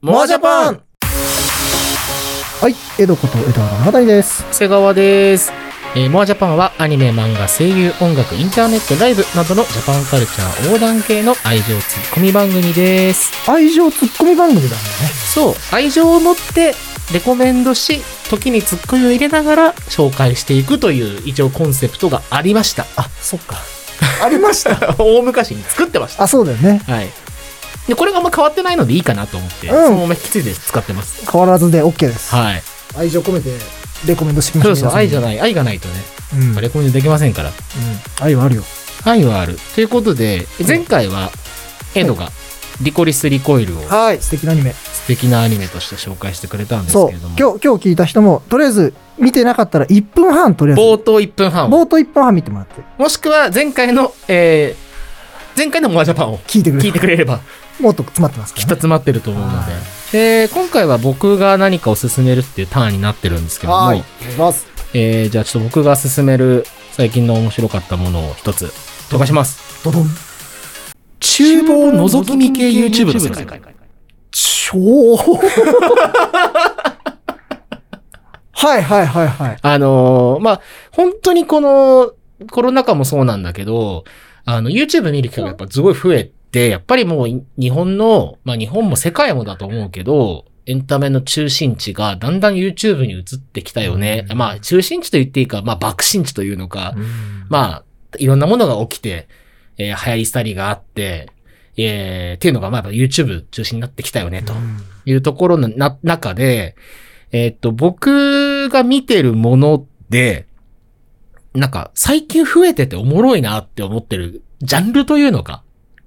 モアジャパンはい、江戸こと江戸の中谷です。瀬川です。えーモアジャパンはアニメ、漫画、声優、音楽、インターネット、ライブなどのジャパンカルチャー横断系の愛情ツッコミ番組です。愛情ツッコミ番組なんだね。そう、愛情を持ってレコメンドし、時にツッコミを入れながら紹介していくという一応コンセプトがありました。あ、そっか。ありました。大昔に作ってました。あ、そうだよね。はい。で、これがあんま変わってないのでいいかなと思って、うんそのまま引き継いで使ってます。変わらずで OK です。 はい。愛情込めてレコメンドしてみましそょうそう、愛じゃい。ない、愛がないとね、うん。うんレコメンドできませんから。愛はあるよ。愛はある。ということで、前回は、エドが、リコリス・リコイルをはい。素敵なアニメ。素敵なアニメとして紹介してくれたんですそけう。れど今も日、、今日聞いた人も、とりあえず見てなかったら1分半とりあえず。冒頭1分半を、冒頭1分半見てもらって、もしくは前回の、えー、前回のモアジャパンを聞いてくれ聞いてる。くれれ ば、もっと詰まってますかきっとらね。詰まってると思うのはで。で、今回は僕が何かを進めるっていうターンになってるんですけども、はい。お願いします。えー、じゃあちょっと僕が進める最近の面白かったものを一つ紹介します。ドドン。厨房覗き見系 YouTube の世界。超 はいはいはいはい。あのーまあ、本当にこの、コロナ禍もそうなんだけど、あの、YouTube 見る機会がやっぱすごい増えて、やっぱりもうい日本の、まあ日本も世界もだと思うけど、エンタメの中心地がだんだん YouTube に移ってきたよね。うんまあ中心地と言っていいか、まあ爆心地というのか、ままあ、いろんなものが起きて、えー流行り廃りがあって、えーっていうのが、まあ、やっぱ YouTube 中心になってきたよね、というところのな、中で、えーっと、僕が見てるもので、なんか、最近増えてておもろいなって思ってる、ジャンルというのか、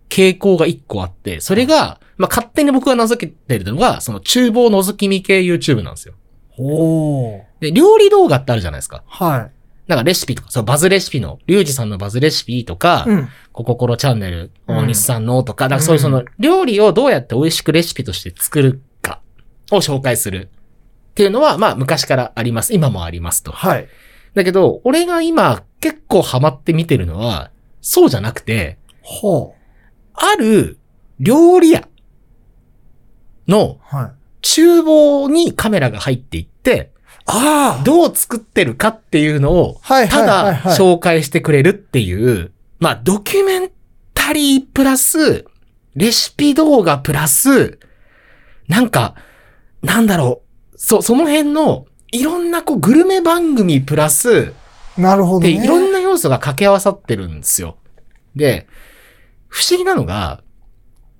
傾向が一個あって、それが、まあ、勝手に僕が名付けてるのが、その、厨房覗き見系 YouTube なんですよ。おー。で、料理動画ってあるじゃないですか。はなんかレシピとか、そう、バズレシピの、リュウジさんのバズレシピとかい。、うん。コココロチャンネル、うん大西さんのとか、なんかうんそういうその料理をどうやって美味しくレシピとして作るかを紹介するっていうのは、まあ昔からあります。今もありますと。はい。だけど、俺が今結構ハマって見てるのは、そうじゃなくて、ほう。ある料理屋のはい。厨房にカメラが入っていって、ああどう作ってるかっていうのを、はいたはいはいだはい。紹介してくれるっていう、まあドキュメンタリープラス、レシピ動画プラス、なんか、なんだろう、そ、その辺の、いろんなこうグルメ番組プラス、なるほどで、ね。いろんな要素が掛け合わさってるんですよ。で、不思議なのが、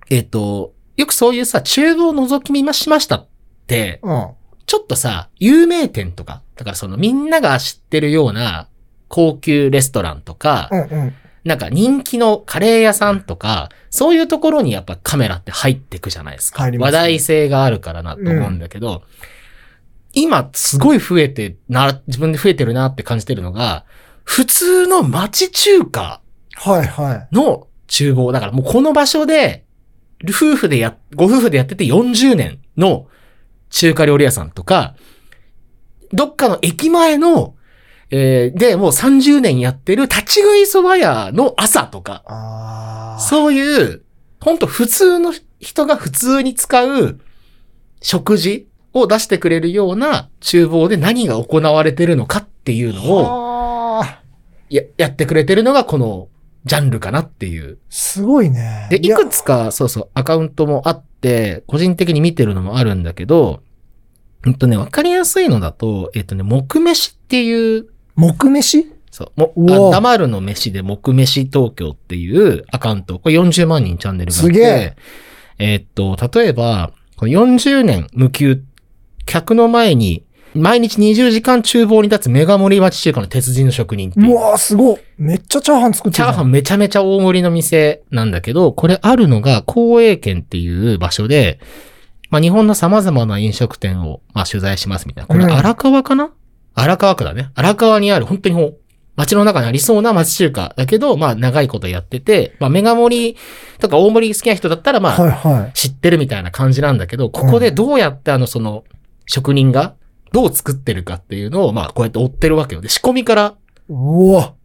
えっ、と、よくそういうさ、厨房を覗き見ましましたって、うん。ちょっとさ、有名店とか、だからそのみんなが知ってるような高級レストランとか、うんうん。なんか人気のカレー屋さんとか、そういうところにやっぱカメラって入ってくじゃないですか。入りま話すね題性があるからなと思うんだけど、今すごい増えてな、自分で増えてるなって感じてるのが、普通の町中華はいはい。の厨房。だからもうこの場所で、夫婦でや、ご夫婦でやってて40年の中華料理屋さんとか、どっかの駅前の、えーで、もう30年やってる立ち食いそば屋の朝とか、ああ。そういう、ほんと普通の人が普通に使う食事を出してくれるような厨房で何が行われてるのかっていうのをああ。ややってくれてるのがこのジャンルかなっていう。すごいね。で、いやくつか、そうそう、アカウントもあって、個人的に見てるのもあるんだけど、うんとね、わかりやすいのだと、えっとね、木飯っていう、木飯そう、もうおあ黙るの飯で木飯東京っていうアカウント、これ40万人チャンネルがあっすげて、えっと、例えば、この40年無休、客の前に、毎日20時間厨房に立つメガ盛り町中華の鉄人の職人っていうう。わーすごい。めっちゃチャーハン作ってチるャじゃーハん。ンめちゃめちゃ大盛りの店なんだけど、これあるのが、光栄圏っていう場所で、まあ、日本の様々な飲食店を、まあ、取材しますみたいな。これうん荒川かな、荒川区だね。荒川にある、本当にほん街の中にありそうな町中華だけど、まあ、長いことやってて、まあ、メガ盛りとか大盛り好きな人だったら、まあ、はいはい。知ってるみたいな感じなんだけど、ここでどうやってあの、その、職人が、どう作ってるかっていうのを、まあ、こうやって追ってるわけよ。で、仕込みから、うわ。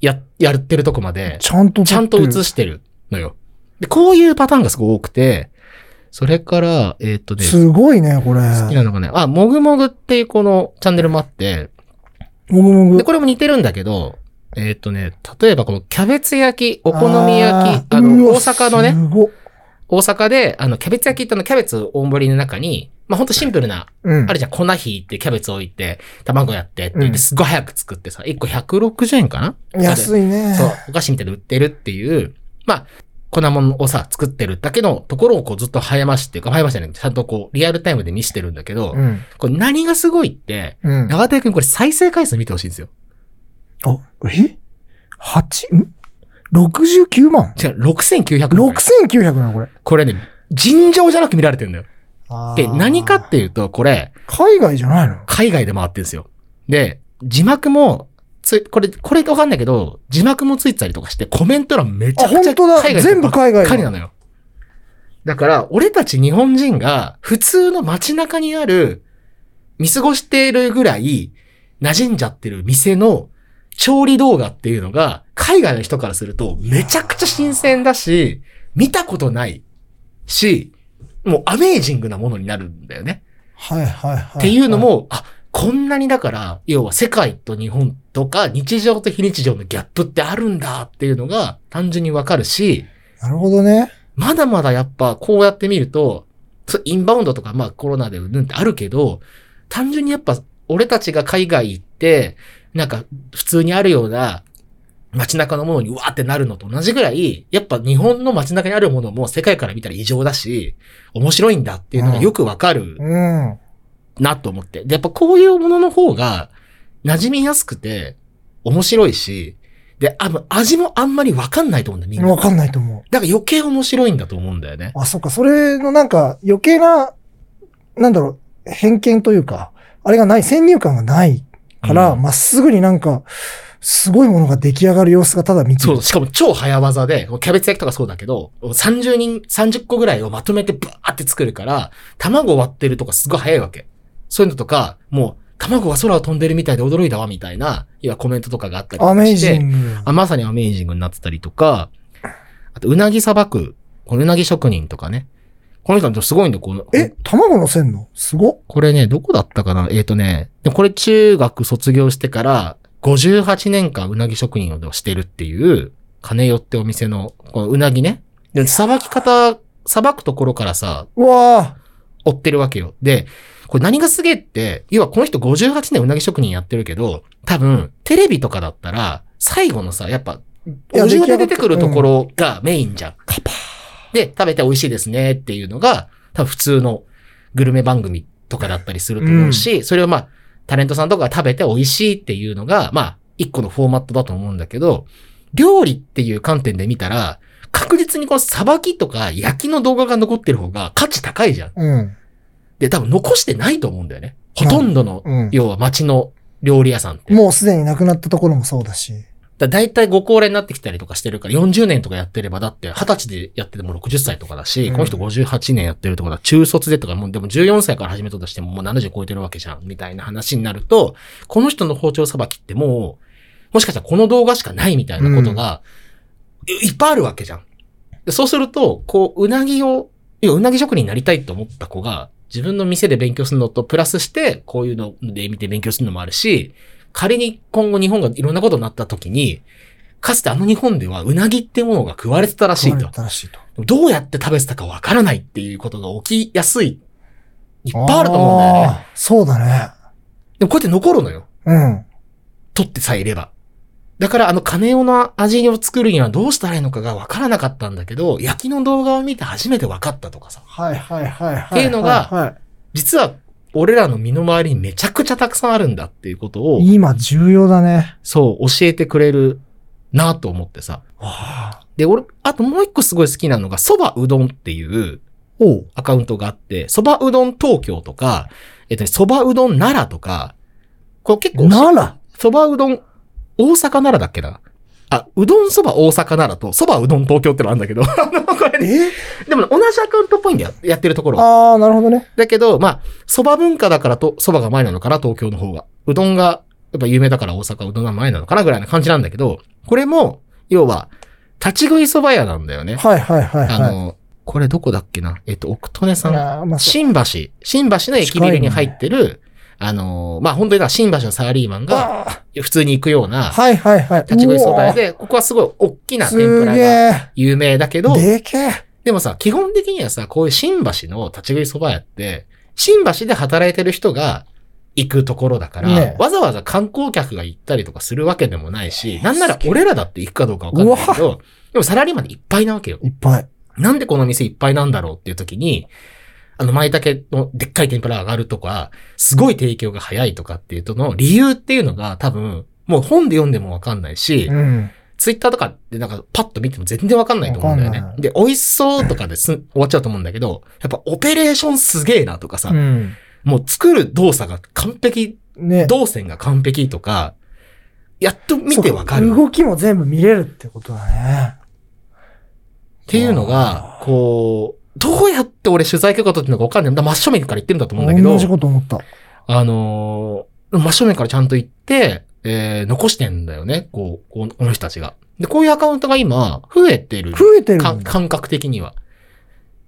や、やってるとこまで。ちゃんと撮ってる。ちゃんと映してるのよ。で、こういうパターンがすごい多くて、それから、えっとね、すごいね、これ。好きなのがね、あ、もぐもぐっていうこのチャンネルもあって、もぐもぐで、。これも似てるんだけど、えっ、とね、例えばこのキャベツ焼き、お好み焼き、ーあうの、わ大阪のね、すごっ大阪で、あの、キャベツ焼きってあのキャベツ大盛りの中に、まあ、ほんとシンプルな、うんあるじゃん、粉ひいて、キャベツ置いて、卵やってって言っうて、んすごい早く作ってさ、1個160円かな安いね。そう、お菓子みたいで売ってるっていう、まあ、粉物をさ、作ってるだけのところをこうずっと早ましっていうか、早ましじゃない、ちゃんとこう、リアルタイムで見してるんだけど、うん。これ何がすごいって、うん。長谷くんこれ再生回数見てほしいんですよ。あ、え ?8? ん ?69 万違う、6900万 ?6900 なのこれ。。これね、尋常じゃなく見られてるんだよ。で、何かってていうと、これ、海外じゃないの海外で回ってるんですよ。で、字幕も、つ、これ、これわかんないけど、字幕もついてたりとかして、コメント欄めちゃあ、く本ちゃ当海だ。外全部海外ばっかりなだ。のよ。だから、俺たち日本人が普通の街中にある、見過ごしているぐらい馴染んじゃってる店の調理動画っていうのが、海外の人からするとめちゃくちゃ新鮮だし、見たことないし、もうアメージングなものになるんだよね。はいはいはい。っていうのも、あ、こんなにだから、要は世界と日本とか日常と非日常のギャップってあるんだっていうのが単純にわかるし、なるほどね。まだまだやっぱこうやって見ると、そうインバウンドとかまあコロナでうんぬんってあるけど、単純にやっぱ俺たちが海外行って、なんか普通にあるような街中のものにうわーってなるのと同じぐらい、やっぱ日本の街中にあるものも世界から見たら異常だし、面白いんだっていうのがよくわかるうん。なと思って。で、やっぱこういうものの方が馴染みやすくて面白いし、で、あの味もあんまりわかんないと思うんだよ、みんな。わかんないと思う。だから余計面白いんだと思うんだよね。あ、そっか。それのなんか余計な、なんだろう、偏見というか、あれがない、先入観がないから、うんまっすぐになんか、すごいものが出来上がる様子がただ見てそるう、しかも超早技で、こうキャベツ焼きとかそうだけど、30人、30個ぐらいをまとめてバーって作るから、卵割ってるとかすごい早いわけ。そういうのとか、もう、卵が空を飛んでるみたいで驚いたわ、みたいな、いや、コメントとかがあったりとかアして。メージング。あまさにアメージングになってたりとか、あと、うなぎさばく、このうなぎ職人とかね。この人はすごいんだよ、この。え、卵乗せんのすごっ。これね、どこだったかなえっ、とね、でもこれ中学卒業してから、58年間うなぎ職人をしてるっていう、金よってお店の、このうなぎね。で、さばき方、さばくところからさ、うわ追ってるわけよ。で、これ何がすげえって、要はこの人58年うなぎ職人やってるけど、多分、テレビとかだったら、最後のさ、やっぱ、いやお重で出てくるところがメインじゃん。カパーで、食べて美味しいですねっていうのが、多分普通のグルメ番組とかだったりすると思うし、それをまあ、タレントさんとかが食べて美味しいっていうのが、まあ、一個のフォーマットだと思うんだけど、料理っていう観点で見たら、確実にこのさばきとか焼きの動画が残ってる方が価値高いじゃん。ーうん。で、多分残してないと思うんだよね。ほとんどの、うん。要は街の料理屋さんって。もうすでになくなったところもそうだし。だだいたいご高齢になってきたりとかしてるから、40年とかやってれば、だって20歳でやってても60歳とかだし、うんこの人58年やってるとかだ、中卒でとか、もうでも14歳から始めたとしてももう70超えてるわけじゃん、みたいな話になると、この人の包丁さばきってもう、もしかしたらこの動画しかないみたいなことが、いいっぱいあるわけじゃん。でそうすると、こう、うなぎを、要はうなぎ職人になりたいと思った子が、自分の店で勉強するのと、プラスして、こういうので見て勉強するのもあるし、仮に今後日本がいろんなことになった時に、かつてあの日本ではうなぎってものが食われてたらしい壊とれ。たらしいと。どうやって食べてたかわからないっていうことが起きやすい。いっぱいあると思うんだよね。あーそうだね。でもこうやって残るのよ。うん。取ってさえいれば。だからあの金用の味を作るにはどうしたらいいのかがわからなかったんだけど、焼きの動画を見て初めてわかったとかさ。はいはいはいはい。っていうのがは実は俺らの身の回りにめちゃくちゃたくさんあるんだっていうことを、い、今重要だね。そう教えてくれるなと思ってさ。わあ。で、俺、あともう一個すごい好きなのが、そばうどんっていうおう。アカウントがあって、そばうどん東京とか、えっとね、そばうどん奈良とか、これ結構、なら。そばうどん大阪奈良だっけなあ、うどんそば大阪奈良と、そばうどん東京ってのあるんだけど、 あの、これね、えでもね、同じアカウントっぽいんだよ、やってるところは。ああ、なるほどね。だけど、まあ、蕎麦文化だからと、蕎麦が前なのかな、東京の方が。うどんが、やっぱ有名だから大阪うどんが前なのかな、ぐらいな感じなんだけど、これも、要は、立ち食い蕎麦屋なんだよね。はいはいはいあはの、これどこだっけなえっと、奥利根さん。あーまあ、そう新橋。新橋の駅ビルに入ってる、あのー、まあ、本当にだから新橋のサラリーマンがあ普通に行くようーなはいはいはい。立ち食いそば屋で、ここはすごい大きうわなー、す天ぷらげがえ。有名だけど、でけえ。でもさ、基本的にはさ、こういう新橋の立ち食いそば屋って、新橋で働いてる人が行くところだから、ねわざわざ観光客が行ったりとかするわけでもないし、なんなら俺らだって行くかどうかわかんないけど、でもサラリーマンでいっぱいなわけよ。いっぱい。なんでこの店いっぱいなんだろうっていう時に、あの、舞茸のでっかい天ぷら上がるとか、すごい提供が早いとかっていうとの理由っていうのが多分、もう本で読んでもわかんないし、うん。ツイッターとかでなんかパッと見ても全然わかんないと思うんだよわねかんな。いで、美味しそうとかですん終わっちゃうと思うんだけど、やっぱオペレーションすげえなとかさ、うん。もう作る動作が完璧、ね。動線が完璧とか、やっと見てわかそうるっ動きも全部見れるってことだね。ていうのが、こう、どうやって俺取材許可取ってんのかわかんない。だから真正面から言ってるんだと思うんだけど同じ、こと思った。あのー真正面からちゃんと行って、えー、残してんだよね。こう、こうこの人たちが。で、こういうアカウントが今、増えてる。増えてるかんだ。感覚的には。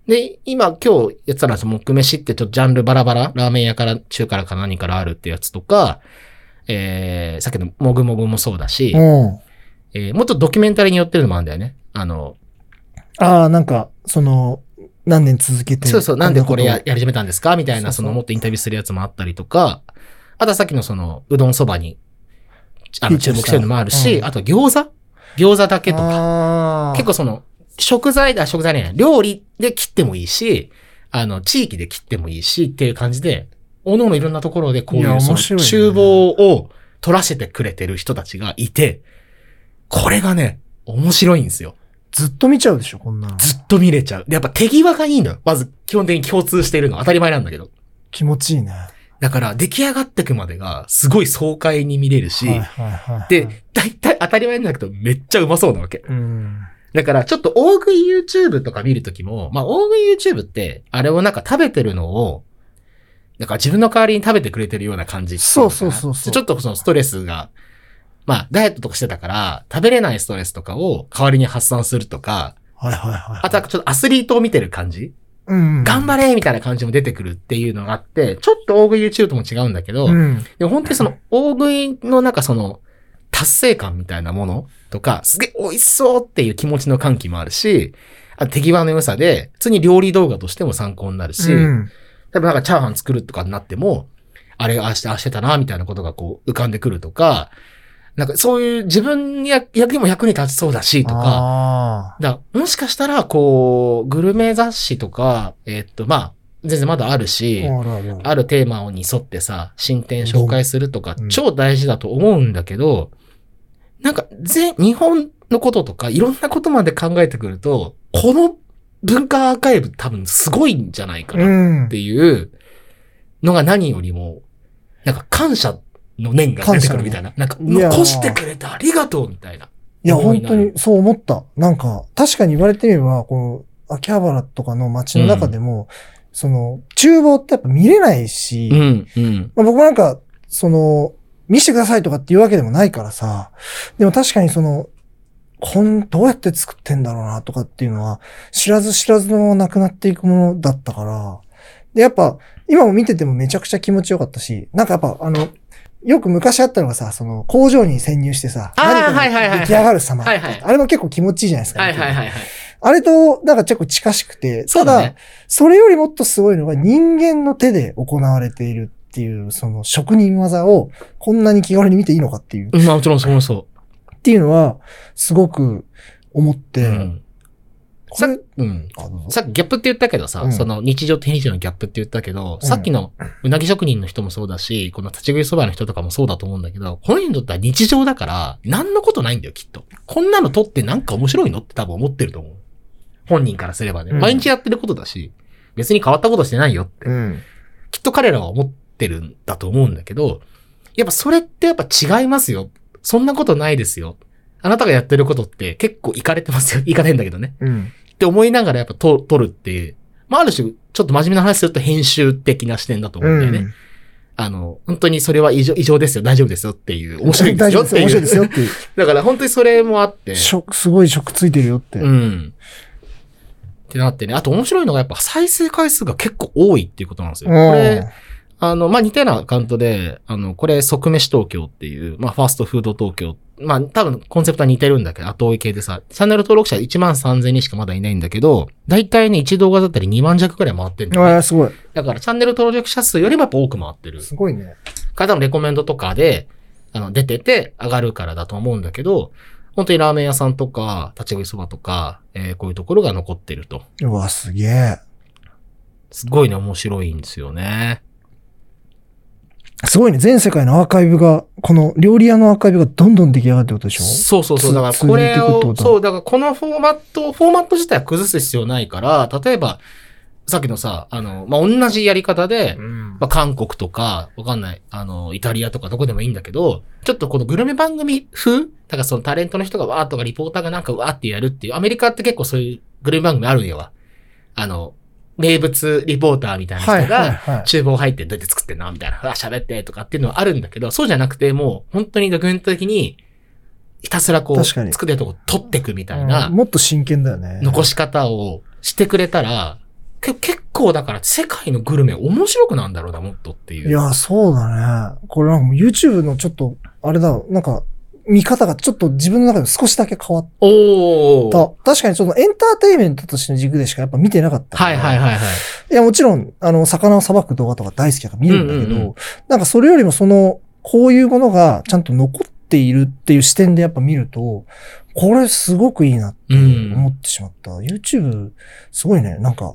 で、今今日やってたら、その、木飯ってちょっとジャンルバラバラ、ラーメン屋から中からか何からあるってやつとか、えー、さっきのもぐもぐもそうだし、うん。えー、もうちょっとドキュメンタリーによってるのもあるんだよね。あの、ああ、なんか、その、何年続けてそうそう、なんでこれやんやり始めたんですかみたいな、そそうその、うもっとインタビューするやつもあったりとか、あとはさっきのその、うどんそばに、あフィの、ーチ注ャー目したしてるのもあるし、うんあと餃子餃子だけこととか。ああ。結構その、食材だ、食材ね、料理で切ってもいいし、あの、地域で切ってもいいしっていう感じで、おののいろんなところでこういいやう、その面白いね厨房を取らせてくれてる人たちがいて、これがね、面白いんですよ。ずっと見ちゃうでしょ、こんなの。ずっと見れちゃう。でやっぱ手際がいいのよ。まず、基本的に共通しているの。当たり前なんだけど。気持ちいいね。だから、出来上がってくまでが、すごい爽快に見れるし、はいはいはいはい。で、大体当たり前なんだけど、めっちゃうまそうなわけ。うん。だから、ちょっと大食い YouTube とか見るときも、まあ、大食い YouTube って、あれをなんか食べてるのを、なんか自分の代わりに食べてくれてるような感じ。そうそうそうそうちょっとそのストレスが、まあ、ダイエットとかしてたから、食べれないストレスとかを代わりに発散するとか、はいはいはい。あとはちょっとアスリートを見てる感じ、うん。頑張れみたいな感じも出てくるっていうのがあって、ちょっと大食い YouTube とも違うんだけど、うん。でも本当にその大食いのなんかその達成感みたいなものとか、すげえ美味しそうっていう気持ちの歓喜もあるし、あと手際の良さで、普通に料理動画としても参考になるし、うん例えばなんかチャーハン作るとかになっても、あれ、ああして、ああしてたな、みたいなことがこう浮かんでくるとか、なんかそういう自分に役にも役に立ちそうだし、とか、あだからもしかしたら、こう、グルメ雑誌とか、えっと、まあ、全然まだあるし、ーあらららあるテーマに沿ってさ、進展紹介するとかうん、超大事だと思うんだけど、なんか、全、日本のこととか、いろんなことまで考えてくると、この文化アーカイブ多分すごいんじゃないかうなっんて。いうのが何よりも、なんか感謝の念が出てくるみたいな。なんか、いやー残してくれてありがとうみたいな。いや、思本いな当にそう思った。なんか、確かに言われてみれば、この、秋葉原とかの街の中でも、その、厨房ってやっぱ見れないし、うん、うん。まあ、僕もなんか、その、見してくださいとかっていうわけでもないからさ、でも確かにその、こん、どうやって作ってんだろうなとかっていうのは、知らず知らずのままなくなっていくものだったから、で、やっぱ、今も見ててもめちゃくちゃ気持ちよかったし、なんかやっぱ、あの、よく昔あったのがさ、その、工場に潜入してさ、あー何かはいはいはいはがい出来上がる様って、はいはいあれも結構気持ちいいじゃないですか。はいはいはいはい。あれと、なんか結構近しくて、そうただだ、ね。それよりもっとすごいのが人間の手で行われているっていう、その職人技をこんなに気軽に見ていいのかっていう、うんまあもちろんそうそっていうのは、すごく思っう。て、うん。こされ、うん。あのさっきギャップって言ったけどさ、うんその日常と非日常のギャップって言ったけど、さっきのうなぎ職人の人もそうだし、この立ち食いそばの人とかもそうだと思うんだけど、この人にとっては日常だから、何のことないんだよ、きっと。こんなの撮ってなんか面白いのって多分思ってると思う。本人からすればね。うん毎日やってることだし、別に変わったことしてないよって。うん。きっと彼らは思ってるんだと思うんだけど、やっぱそれってやっぱ違いますよ。そんなことないですよ。あなたがやってることって結構いかれてますよ。いかれんだけどね。うん。って思いながらやっぱと撮るって、まあある種、ちょっと真面目な話すると編集的な視点だと思うんだよね。あの、本当にそれは異常異常ですよ、大丈夫ですよっていう、面白いんで大す丈夫よでっていう。すよ。面白いですよっていう。だから本当にそれもあって。食、すごい食ついてるよって。うん。ってなってね。あと面白いのがやっぱ再生回数が結構多いっていうことなんですよ。こうんれ、あの、まあ、似たようなアカウントで、あの、これ、即飯東京っていう、まあ、ファーストフード東京。まあ、多分コンセプトは似てるんだけど、後追い系でさ、チャンネル登録者1万3000人しかまだいないんだけど、だいたいね、1動画だったり2万弱くらい回ってるんだよねああ、すごい。だから、チャンネル登録者数よりもやっぱ多く回ってる。すごいね。方のレコメンドとかで、あの、出てて上がるからだと思うんだけど、本当にラーメン屋さんとか、立ち食いそばとか、えーこういうところが残ってると。うわ、すげえ。すごいね、面白いんですよね。すごいね。全世界のアーカイブが、この料理屋のアーカイブがどんどん出来上がってることでしょそうそうそう。つだからこれ続いていくってこを、とだそう、だからこのフォーマット、フォーマット自体は崩す必要ないから、例えば、さっきのさ、あの、まあ、同じやり方で、んまあ、韓国とか、わかんない、あの、イタリアとかどこでもいいんだけど、ちょっとこのグルメ番組風だからそのタレントの人がわーっとかリポーターがなんかわーってやるっていう、アメリカって結構そういうグルメ番組あるんやわ。あの、名物リポーターみたいなはい人はいが、はい。厨房入ってどうやって作ってんのみたいな、うわ、喋ってとかっていうのはあるんだけど、そうじゃなくてもう本当にドキュメント的に、ひたすらこう、確かに作ってるとこ取ってくみたいな、うんもっと真剣だよね。残し方をしてくれたら、け結構だから世界のグルメ面白くなんだろうな、もっとっていう。いや、そうだね。これなんかもう YouTube のちょっと、あれだ、なんか、見方がちょっと自分の中で少しだけ変わっおお。た。確かにそのエンターテインメントとしての軸でしかやっぱ見てなかった。はいはいはいはい。いや、もちろん、あの、魚をさばく動画とか大好きだから見るんだけど、うんうんうんなんかそれよりもその、こういうものがちゃんと残っているっていう視点でやっぱ見ると、これすごくいいなってうん。思ってしまった。YouTube、すごいね、なんか、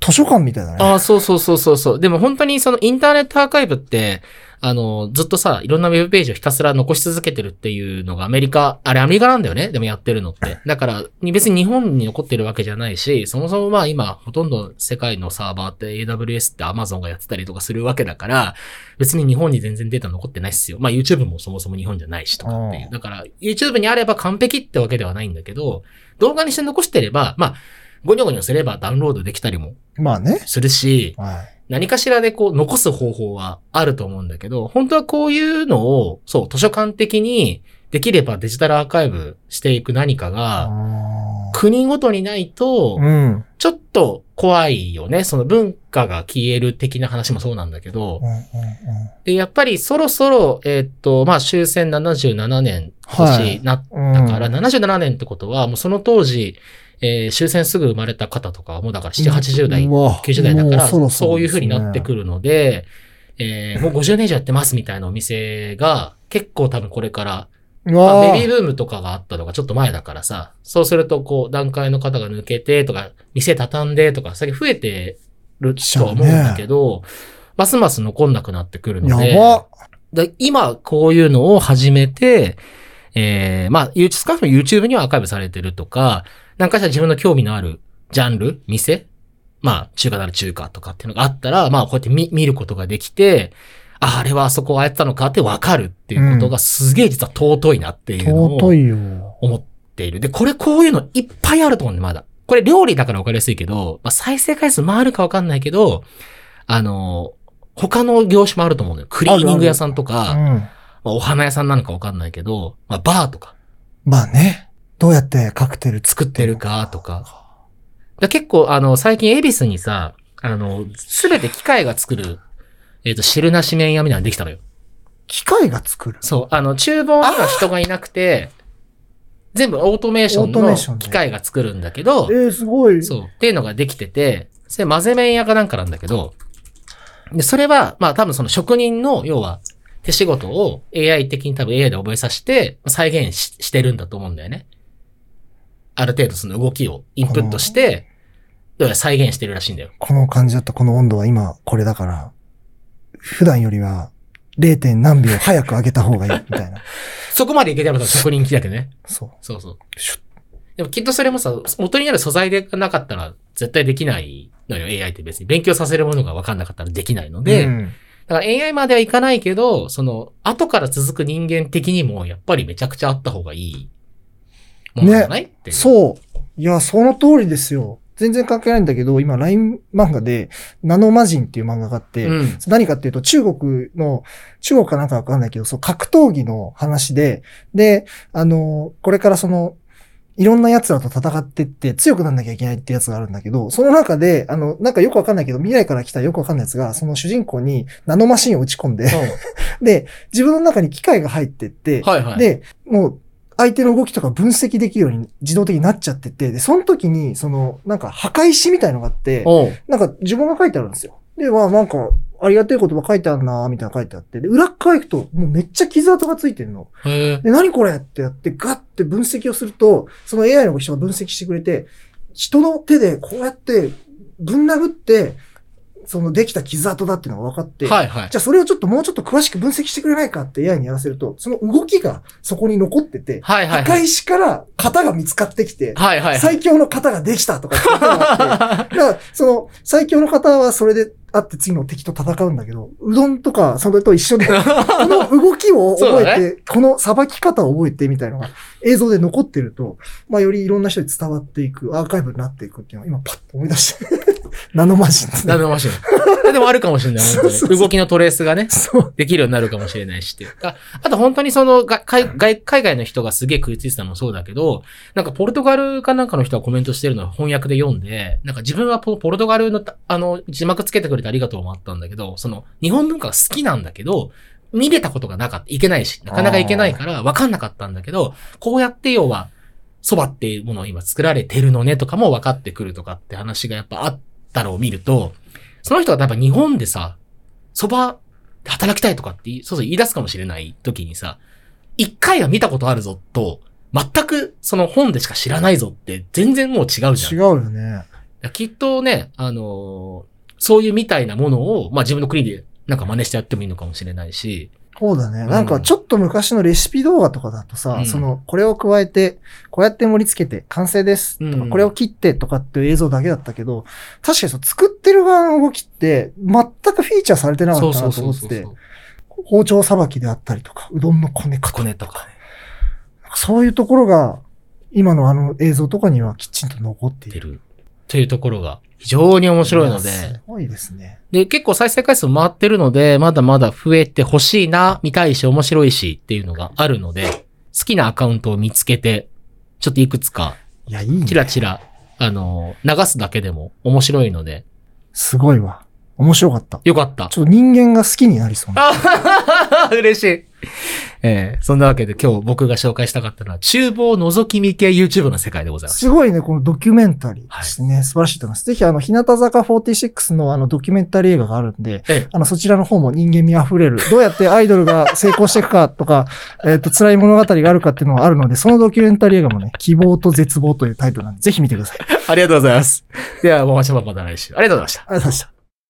図書館みたいだね。ああ、そうそうそうそうそう。でも本当にそのインターネットアーカイブって、あの、ずっとさ、いろんなウェブページをひたすら残し続けてるっていうのがアメリカ、あれアメリカなんだよねでもやってるのって。だから、別に日本に残ってるわけじゃないし、そもそもまあ今、ほとんど世界のサーバーって AWS って Amazon がやってたりとかするわけだから、別に日本に全然データ残ってないっすよ。まあ YouTube もそもそも日本じゃないしとかっていうう。だから、YouTube にあれば完璧ってわけではないんだけど、動画にして残してれば、まあ、ゴニョゴニョすればダウンロードできたりもまあね。するし、はい。何かしらでこう残す方法はあると思うんだけど、本当はこういうのを、そう、図書館的にできればデジタルアーカイブしていく何かが、あ国ごとにないとー、うん。ちょっと怖いよね。その文化が消える的な話もそうなんだけどうん、うんうんで、やっぱりそろそろ、えーっと、まあ終戦77年はい年になっうんだから、77年ってことは、もうその当時、えー終戦すぐ生まれた方とかはもうだから7、80代うわ90代だかもら、そろろですねそういう風になってくるので、えーもう50年以上やってますみたいなお店が、結構多分これから、うまわあ、ベビーブームとかがあったのがちょっと前だからさ、そうするとこう、段階の方が抜けてとか、店畳んでとか、最近増えてるとは思うんだけど、ますます残んなくなってくるので、やばで今こういうのを始めて、えー、まあ、YouTube、スカーフの YouTube にはアーカイブされてるとか、なんかしたら自分の興味のあるジャンル、店まあ、中華なら中華とかっていうのがあったら、まあ、こうやって見、見ることができて、あ、あれはあそこああやってたのかってわかるっていうことうがすげえ実は尊いなっていうの尊をいよ。思っている。で、これこういうのいっぱいあると思うんで、まだ。これ料理だからわかりやすいけど、まあ、再生回数回るかわかんないけど、あの、他の業種もあると思うんだよ。クリーニング屋さんとか、うん。まあ、お花屋さんなのかわかんないけど、まあ、バーとかまあね。どうやってカクテル作作っっててるるか。かとか。だ結構、あの、最近、恵比寿にさ、あの、すべて機械が作る、えっ、と、汁なし麺屋みたいなのできたのよ。機械が作る。そう、あの、厨房には人がいなくて、全部オートメーションオートメーションので機械が作るんだけど、えー、すごい。そう、っていうのができてて、それ混ぜ麺屋かなんかなんだけど、で、それは、まあ多分その職人の、要は、手仕事を AI 的に多分 AI で覚えさせて、再現ししてるんだと思うんだよね。ある程度その動きをインプットして、どうやら再現してるらしいんだよ。この感じだったこの温度は今これだから、普段よりは 0. 何秒早く上げた方が いいみたいな。そこまでいけたら多分職人気だけどね。そう。そうそうシュッ。でもきっとそれもさ、元になる素材でなかったら絶対できないのよ、AI って別に。勉強させるものが分かんなかったらできないので、うんだから AI まではいかないけど、その、後から続く人間的にも、やっぱりめちゃくちゃあった方がいいものじゃない、っていう。そう。いや、その通りですよ。全然関係ないんだけど、今 LINE 漫画で、ナノマジンっていう漫画があって、うん。何かっていうと、中国の、中国かなんかわかんないけど、そう、格闘技の話で、で、あの、これからその、いろんな奴らと戦ってって強くなんなきゃいけないってやつがあるんだけど、その中で、あの、なんかよくわかんないけど、未来から来たよくわかんない奴が、その主人公にナノマシンを打ち込んで、 で、自分の中に機械が入ってって、はいはい。、で、もう、相手の動きとか分析できるように自動的になっちゃってて、で、その時に、その、なんか、破壊しみたいのがあって、おうなんか、自分が書いてあるんですよ。で、まあ、なんか、ありがたい言葉書いてあるなーみたいなの書いてあって、で、裏っ側行くと、もうめっちゃ傷跡がついてるの。へえ。で、何これってやって、ガッて分析をすると、その AI の人が分析してくれて、人の手でこうやって、ぶん殴って、そのできた傷跡だっていうのが分かって、はいはい。じゃあそれをちょっともうちょっと詳しく分析してくれないかって AI にやらせると、その動きがそこに残ってて、はいはい赤はい。石から型が見つかってきて、はいはいはい。最強の型ができたとかっていうのがあっ て、だから、その、最強の方はそれであって次の敵と戦うんだけど、うどんとか、それと一緒で、 この動きをそう覚だえて、このさばき方を覚えてみたいなのが映像で残ってると、まあ、よりいろんな人に伝わっていく、アーカイブになっていくっていうのを今パッと思い出して。 ナノマシンですねナ。ノマシン。でもあるかもしれない、本当にそうそうそう動きのトレースがね、そう。できるようになるかもしれないしっていうか。あと本当にその、が海外海外の人がすげえ食いついてたのもそうだけど、なんかポルトガルかなんかの人がコメントしてるのを翻訳で読んで、なんか自分はポポルトガルのた、あの、字幕つけてくれてありがとうもあったんだけど、その、日本文化が好きなんだけど、見れたことがなかった。いけないし、なかなかいけないから、わかんなかったんだけど、こうやって要は、蕎麦っていうものを今作られてるのねとかも分かってくるとかって話がやっぱあったのを見ると、その人が多分日本でさ、蕎麦で働きたいとかって言いそうそう言い出すかもしれない時にさ、一回は見たことあるぞと、全くその本でしか知らないぞって全然もう違うじゃん。違うよね。きっとね、あのーそういうみたいなものを、まあ自分の国でなんか真似してやってもいいのかもしれないし、そうだね。んなんかちょっと昔のレシピ動画とかだとさ、うんその、これを加えて、こうやって盛り付けて完成ですとか、うんこれを切ってとかっていう映像だけだったけど、確かにそう、作ってる側の動きって全くフィーチャーされてなかそっうたそなうとそ思うってそうて、包丁さばきであったりとか、うどんのこね方箱根とかね、そういうところが、今のあの映像とかにはきちんと残ってい出る。る。というところが非常に面白いので、やすごいですね。で、結構再生回数回ってるので、まだまだ増えてほしいな、見たいし、面白いしっていうのがあるので、好きなアカウントを見つけて、ちょっといくつか、いや、いいねチラチラ、あの、流すだけでも面白いので、すごいわ。面白かった。よかった。ちょっと人間が好きになりそうな。あ嬉しい。ええそんなわけで今日僕が紹介したかったのは、厨房覗き見系 YouTube の世界でございます。すごいね、このドキュメンタリーですね。素晴らしいと思います。ぜひ、あの、日向坂46のあの、ドキュメンタリー映画があるんで、ええあの、そちらの方も人間味あふれる、どうやってアイドルが成功していくかとか、 えっと、辛い物語があるかっていうのがあるので、そのドキュメンタリー映画もね、希望と絶望というタイトルなんで、ぜひ見てください。ありがとうありがとうございます。では、もうましばまた来週。ありがとうございました。ございました。